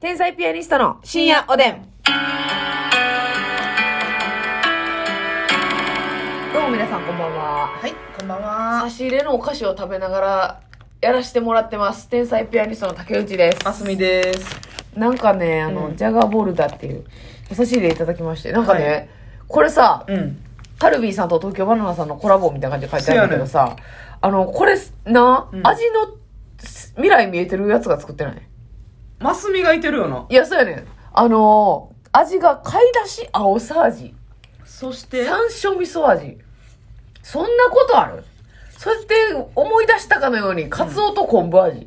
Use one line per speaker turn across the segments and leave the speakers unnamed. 天才ピアニストの深夜おでん。どうも皆さんこんばんは。
はい、こんばんは
差。し入れのお菓子を食べながらやらしてもらってます。天才ピアニストの竹内です。
あすみです。
なんかね、あの、
うん
ジャガーボールだっていう、お差し入れいただきまして、なんかね、
はい
これさ、
うん。
カルビーさんと東京バナナさんのコラボみたいな感じで書いてあるんだけどさ、あの、これな、
うん
味のす未来見えてるやつが作ってない。
ますみがいてるよない
や、そうやねん。あのー味が買い出し青さ味、
そして、
山椒味噌味。そんなことあるそうやって思い出したかのように、カツオと昆布味。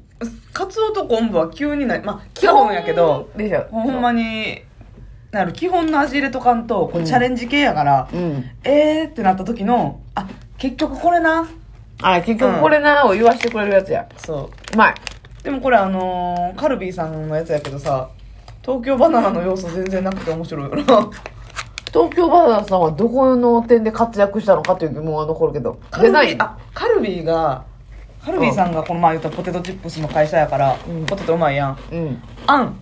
カツオと昆布は急にない。まあ、基本やけど、
でしょ。
ほんまに、なる基本の味入れとかんと、こ
う
うんチャレンジ系やから、
うん。
えーってなった時の、あ、結局これな。
あ、結局これな、を言わしてくれるやつや。
そう
まい。
う。でもこれあのーカルビーさんのやつやけどさ、東京バナナの要素全然なくて面白いよな。
東京バナナさんはどこの点で活躍したのかという疑問は残るけど、
カル
デ
ビ
ザイン
ー、。あ、カルビーが、カルビーさんがこの前言ったポテトチップスの会社やから、
うん
ポテトうまいやん。
うん。
あん。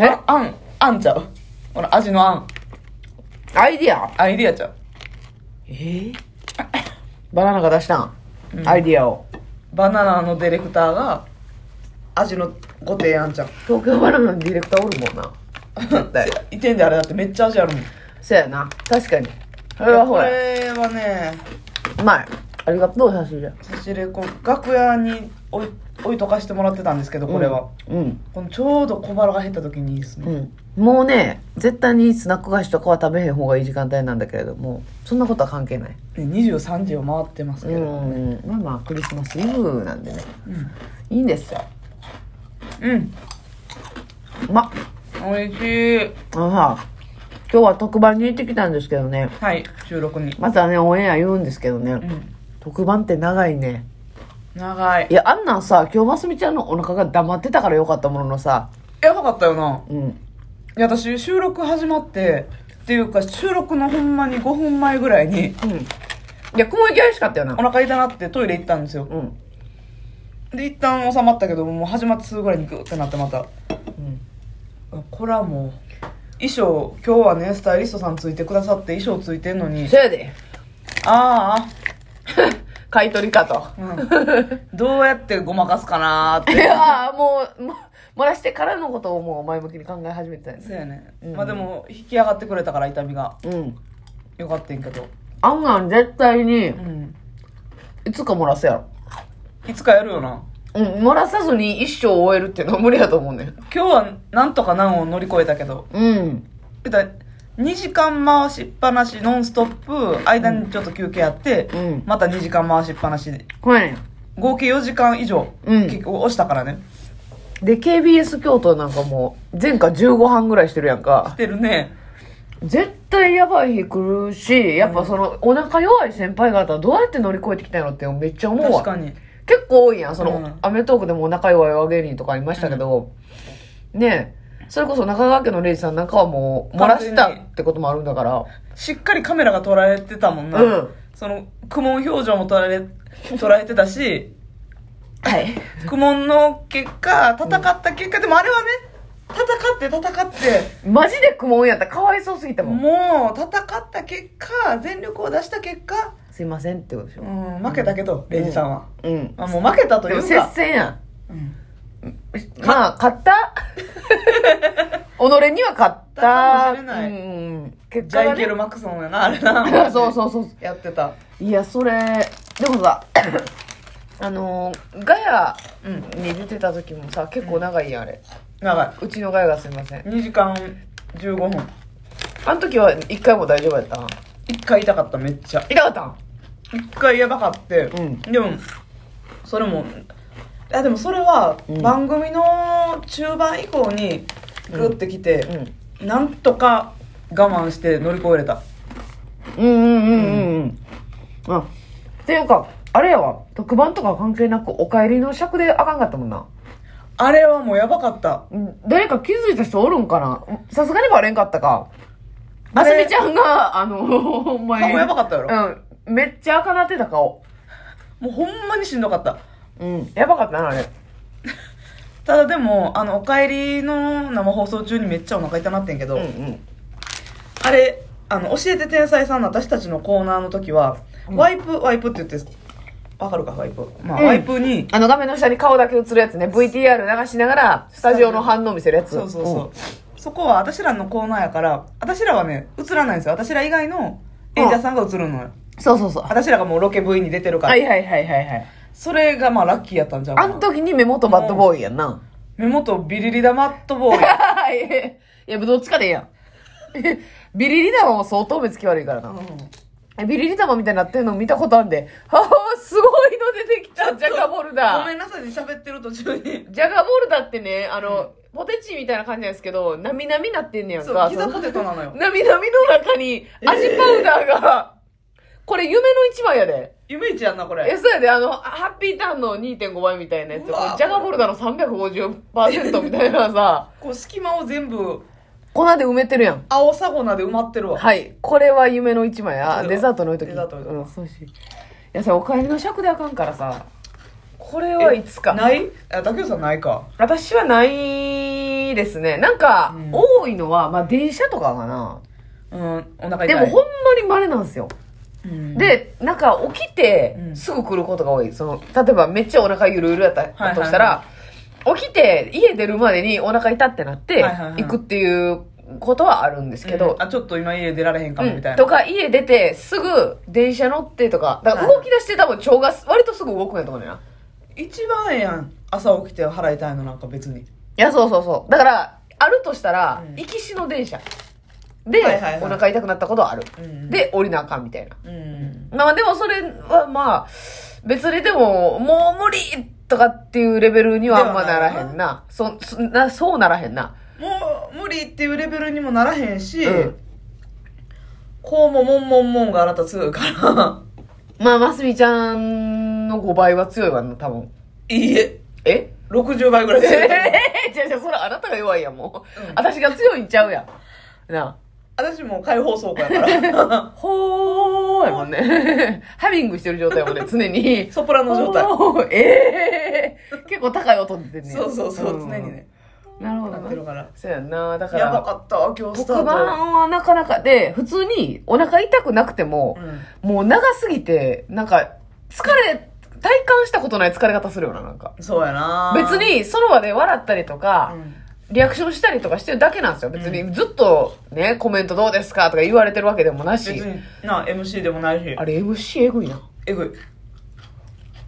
え
ああん、あんちゃう。ほら、味のあん。
アイディア
アイディアちゃう。
えー、バナナが出したん、
うん
アイディアを。
バナナのディレクターが、味のご提案ちゃう。
東京バナナのディレクターおるもんな。絶対。
いてんであれだってめっちゃ味あるもん。
そうやな。確かに。それはほ
こ
ら、
れはね、
うまい。ありがとう、写真じゃ。
差し入れ、こう、楽屋に置い置いとかしてもらってたんですけど、これは。
うん。
このちょうど小腹が減った時にです
う
ね。
ん。もうね、絶対にスナック菓子とかは食べへん方がいい時間帯なんだけれども、そんなことは関係ない。
ね23時を回ってますけ
う
ど。
ん。まあまあ、クリスマスイブなんでね。
うん。
いいんですよ。
うん。
ま、
美味しい。
あのさ、今日は特番に行ってきたんですけどね。
はい、収録に。
またね、オンエア言うんですけどね。
うん。
特番って長いね。
長い
い。や、あんなんさ、今日ますみちゃんのお腹が黙ってたからよかったもののさ、
やばかったよな。
うん。
いや私収録始まってっていうか収録のほんまに5分前ぐらいに
うん。いや、雲行き怪しかったよ
お
な。
腹痛なってトイレ行ったんですよ
うん。うん。
で一旦収まったけどもう始まってすぐぐらいにグーってなってまたこれはもう衣装今日はねスタイリストさんついてくださって衣装ついてんのに
そやで。
あ
買い取りかと。
あ、うん、どうやってごまかすかなーっ
い
て
やーもう、も漏らしてからのことをもう前向きに考え始めてたんです
そうやね、
うん
まあでも引き上がってくれたから痛みが
うん。
よかったんけど
あんなん絶対に
う、ん
いつか漏らすやろ。
いつかやるよな
うん、漏らさずに一生終えるっていうのは無理やと思うねん。
今日はなんとか難を乗り越えたけど
うん。
だ2時間回しっぱなしノンストップ間にちょっと休憩やって、
うん
また2時間回しっぱなしで
これね
合計4時間以上、
うん
結構押したからね
ん。で、KBS 京都なんかもう、前回15半ぐらいしてるやんか
し。てるね
絶対やばい日来るし、やっぱその、お腹弱い先輩方はどうやって乗り越えてきたのってめっちゃ思う
確
わ。
かに
結構多いやん。その、
うん
アメトークでもお仲弱いわ芸人とかいましたけど、ねえ、それこそ中川家のレイジさんなんかはもう、漏らしたってこともあるんだから、
しっかりカメラが捉えてたもんな、
うん
その苦悶表情も捉え捉えて たし
はい。
苦悶の結果戦った結果、でもあれはね戦って戦って
マジで苦悶やったらかわいそうすぎたもん。
もう戦った結果全力を出した結果、
すいませんってことでし
う
ょ。
ん、負けたけど、レイジさんは、
うん。
まあ、もう負けたとい
で
う
も
か
接戦やん。
うん
まあ、勝った 己には勝った。
勝ったかもしれない
うん。結
ジャイケル・
る。
マクソンやな、あれ な。
そうそうそう。
やってた。
いや、それ、でもさ、 あのー、ガヤ
うん。
に出てた時もさ、結構長いやん、あれ。
長い。
うちのガヤがすいません。
2時間15分。
あの時は一回も大丈夫やったん
1回痛かった、めっちゃ。
痛かったん
1回やばかって。
うん
でも、それも、いやでもそれは
うん、
番組の中盤以降に、グってきて、なんとか我慢して乗り越えれた。
うん。うんうんうんうんうん。あ、っていうか、あれやわ、特番とか関係なく、お帰りの尺であかんかったもんな。
あれはもうやばかった。
誰か気づいた人おるんかなさすがにバレんかったか。あ
あ
す
れ
みちゃんが、あの、 ほんまに。
顔やばかったやろ。
うん。めっちゃ赤なってた顔。
もうほんまにしんどかった。
うん。やばかったな、あれ。
ただでもあの「おかえり」の生放送中にめっちゃお腹痛なってんけど、
うんうん
あれあの教えて天才さんの私たちのコーナーの時は、
うん
ワイプワイプって言ってわかるかワイプ、まあ
うん
ワイプに
あの画面の下に顔だけ映るやつね VTR 流しながらスタジオの反応見せるやつ
そうそうそう、そこは私らのコーナーやから私らはね映らないんですよ私ら以外の演者さんが映るのよ、
うんそうそうそう
私らがもうロケ V に出てるから、
はいはいはいはいはい
それがまあラッキーやったんじゃん
あの時に目元バッドボーイやんな
目元ビリリダマットボーイ
いやどっちかでええやん ビリリ玉も相当目つき悪いからなえビリリ玉みたいになってるの見たことあんでああすごいの出てきたジャガボルダー
ごめんなさいね喋ってる途中に
ジャガボールだってね、あの、ポテチみたいな感じなんですけど、なみなみなってんねやん
そう
か。
ピザポテトなのよ
なみなみの中に、味パウダーが、これ夢の一枚やで。
夢一やんなこ
え、
れ
そうやで、あの、ハッピーターンの2.5倍みたいなやつ。
うわ
ジャガボールダーの350%みたいなさ、
こう隙間を全部
粉で埋めてるやん。
青サゴナで埋まってるわ
はい。これは夢の一枚や。あ
そう
デザートの時。
デザートの時
うん、そうし。いやさ、お帰りの尺であかんからさ、これはいつか。
ないあ竹内さんないか
私はないですね。なんか
うん、
多いのは、まあ、電車とかかな。
うんお腹痛い
でも、ほんまに稀なんですよ。
うん
で、なんか、起きて
う、ん
すぐ来ることが多い。その、例えば、めっちゃお腹ゆるゆるやった
はいはい
としたら、起きて、家出るまでにお腹痛ってなって、
はいはいはい
行くっていうことはあるんですけ
う
ど
ん、あちょっと今家出られへんかもみたい
うん
な、
とか、家出て、すぐ電車乗ってとか、だから
はい
動き出して多分腸が割とすぐ動くんやと思うねんな。
一番ええやん朝起きて腹痛いのなんか別に
いや、そうそうそう。だから、あるとしたら、
うん
行きしの電車。で、
はいはいはい
お腹痛くなったことはある。
うん
で、降りなあかんみたいな。
うん
まあでもそれはまあ、別にでも、もう無理とかっていうレベルにはあんま
では
な
な
ら
い
へんな。そ、そな、そうならへんな。
もう無理っていうレベルにもならへんし、
うん
こうももんもんもんがあなた強 いか
まあ、ますみちゃんの5倍は強いわな、多分。
らいいえ
え
60倍ぐらい
え
強い
じゃじゃそれあなたが弱いやん、もう。
うん
私が強いんちゃうやん。な
私もう開放倉庫やから
ほーやもんね。 ハミングしてる状態やもんね、常に。
ソプラノ状態
おーええ結構高い音出てんね
そうそうそう、
ん
常にね
なるほ
な
ど
ってる
な
から
そうやんなだか
やば
ら
かったわ今日スタ
特
ート
番はなかなかで普通にお腹痛くなくても、
う
もう長すぎてなんか疲れ体感したことない疲れ方するよななんか
んそうやな
別にその場で笑ったりとか、
う、
リアクションしたりとかしてるだけなんですよ別にずっとねコメントどうですかとか言われてるわけでもなん
別
し
にな MC でもないし
あれ MC えぐいな
えぐ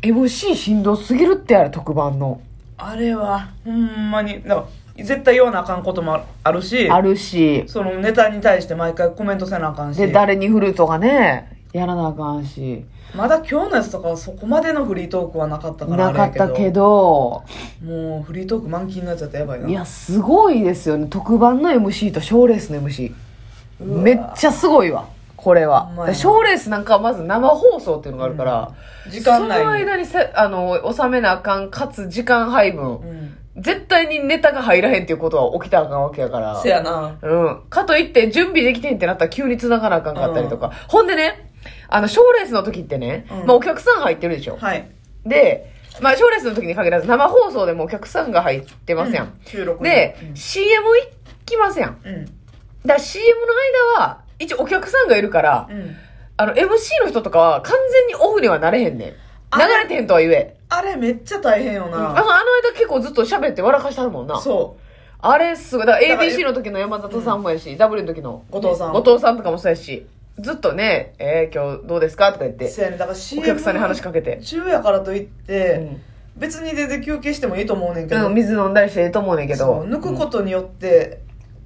い
MC しんどすぎるってあれ特番の
あれはほんまになんか絶対言わなあかんこともああるし
あるし
そのネタに対して毎回コメントせなあかんし
で誰に振るとかねやらなあかんし
まだ今日のやつとかはそこまでのフリートークはなかったから
なかった
あれ
け
や
ど
もうフリートーク満勤のやつだったらやばいない
やすごいですよね特番の MC と賞ーレースの MC
うわ
めっちゃすごいわこれは
ほんまやな
賞ーレースなんかはまず生放送っていうのがあるから、
時間
その
内に、
間にせあの収めなあかんかつ時間配分、
うん、
絶対にネタが入らへんっていうことは起きたらあかんわけやから
せやな
うん。かといって、準備できてんってなったら急に繋がなあかんかったりとか。ほんでね、あの、賞ーレースの時ってね、
うん
まあお客さん入ってるでしょ。
はい
で、まあ賞ーレースの時に限らず生放送でもお客さんが入ってますやん。
うん収録に
で、CM 行きますやん。
うん
だから CM の間は、一応お客さんがいるから、
うん、うん
あの、MC の人とかは完全にオフにはなれへんねん。
あ
流れてへんとは言え。
あれめっちゃ大変よ
あのあ
な、
の間結構ずっと喋って笑かしてはるもんな。
そ
あれすごい。だから
だから
ABC の時の山里さんもやし、W の時の
後藤さん
後藤さんとかもそうやし、ずっとね、えー、今日どうですかとか言っ
う
て、
せやねだから
お
CM
客さんに話しかけて。
中やからといっ
う
て、
ん
別に全然休憩してもいいと思うねんけど、
うん、水飲んだりしてええと思うねんけど。
そう抜くことによって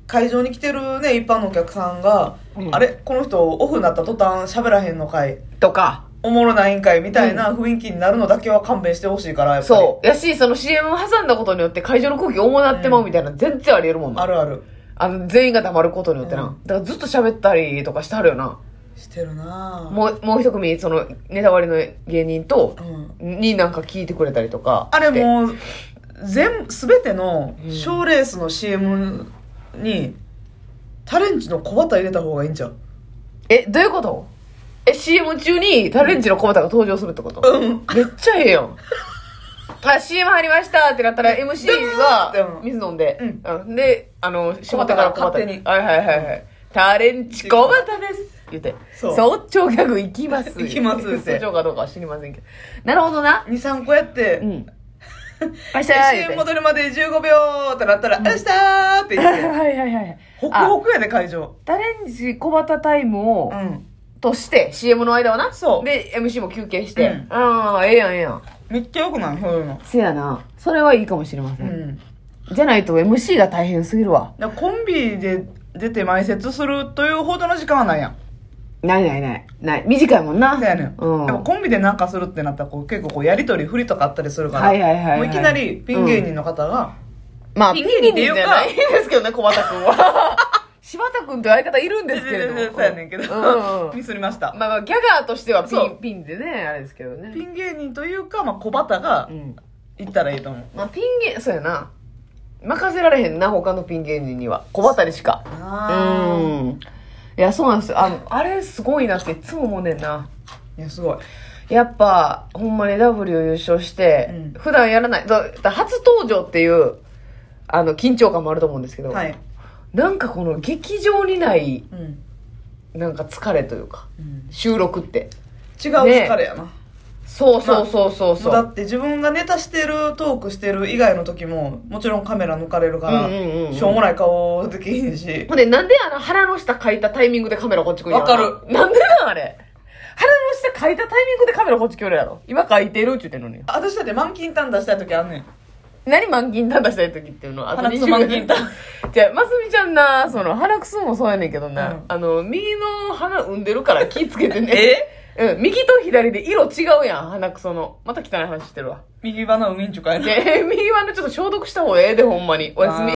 会場に来てるね一般のお客さんが、
うん
あれこの人オフになった途端喋らへんのかい
とか。
おもろないんかいみたいな雰囲気になるのだけは勘弁してほしいからやっぱり
そう。やし、その CM を挟んだことによって会場の空気重なってまうみたいな、全然ありえるもんな。
あるある
あの、全員が黙ることによってな。
うん
だからずっと喋ったりとかしてはるよな。
してるなぁ
もう、もう一組、その、ネタ割りの芸人と、
うん、
になんか聞いてくれたりとか
あれ
して
もう全全ての
うん
賞ーレースの CM にタレンチの小旗入れた方がいいんちゃう
え、どういうことえ、CM 中にタレンチの小畑が登場するってこと、
うん
めっちゃええやん。あ、CM 入りましたってなったら MC
でも
が水飲んで、うんで、あの、柴田から
小
小
畑
畑
に
はいはいはいはい。タレンチ小畑です言って、
そう
早朝ギャグ行きます。
行きますって
早朝かどうかは知りませんけど。なるほどな。
23個やって、
うん。明日
で
や
CM 戻るまで15秒ってなったら「明日!」って言
はい
っ て
はいはいはい。
ホク
あ
ホクやで会場
タレンジ小畑タイムを、
うん
として CM の間はな
そう
で MC も休憩して、
うん
ああええやんええやん
めっちゃよくないそういうの
せやなそれはいいかもしれませ、
うんん
じゃないと MC が大変すぎるわ
だからコンビで出て埋設するというほどの時間はないやん
ないないないない短いもんな
そうやねん、
うん
やっぱコンビでなんかするってなったらこう結構こうやりとり振りとかあったりするから、
はいはいはいはい
もういきなりピン芸人の方が、
まあ
ピン芸人っていうか
ピン芸じゃないんですけどね小畑君は柴田君という相方いるんですけれども
そうやねんけど、
うんうん
ミスりました、
まあまあギャガーとしてはピ
そう
ンピンでねあれですけどね
ピン芸人というか、まあ、小畑が
うん
行ったらいいと思う、
まあピン芸そうやな任せられへんな他のピン芸人には小畑にしかう
あ
んいや、そうなんですよ。あの、あれすごいなっていつも思うねんな。
いやすごい
やっぱ、ほんまに W 優勝して、
うん
普段やらない、だだ初登場っていう、あの、緊張感もあると思うんですけど、
はい、
なんかこの劇場にない、
うん
なんか疲れというか、
うん
収録って。
違う疲れやな、
そうそうそうそうそ。
そううだって自分がネタしてるトークしてる以外の時ももちろんカメラ抜かれるか
うん
ら、
うんうんうん
しょうもない顔できひんし
ほんで、なんであの腹の下書いたタイミングでカメラこっち来るんやろな
わか。
なんでなんあれ。腹の下書いたタイミングでカメラこっち来るやろ。今書いてるって言ってんのに。
私だって満金タン出したい時あんねん
何満金タン出したい時っていうのは
腹くそ満金タン
じゃあ、ますみちゃんな、その、腹くそもそうやねんけどな、
うん
あの、右の鼻産んでるから気ぃつけて ね。えうん、右と左で色違うやん、鼻くその。また汚い話してるわ。
右鼻をうんちゅかや ね
で、右はね、ちょっと消毒した方がええで、ほんまに。おやすみ。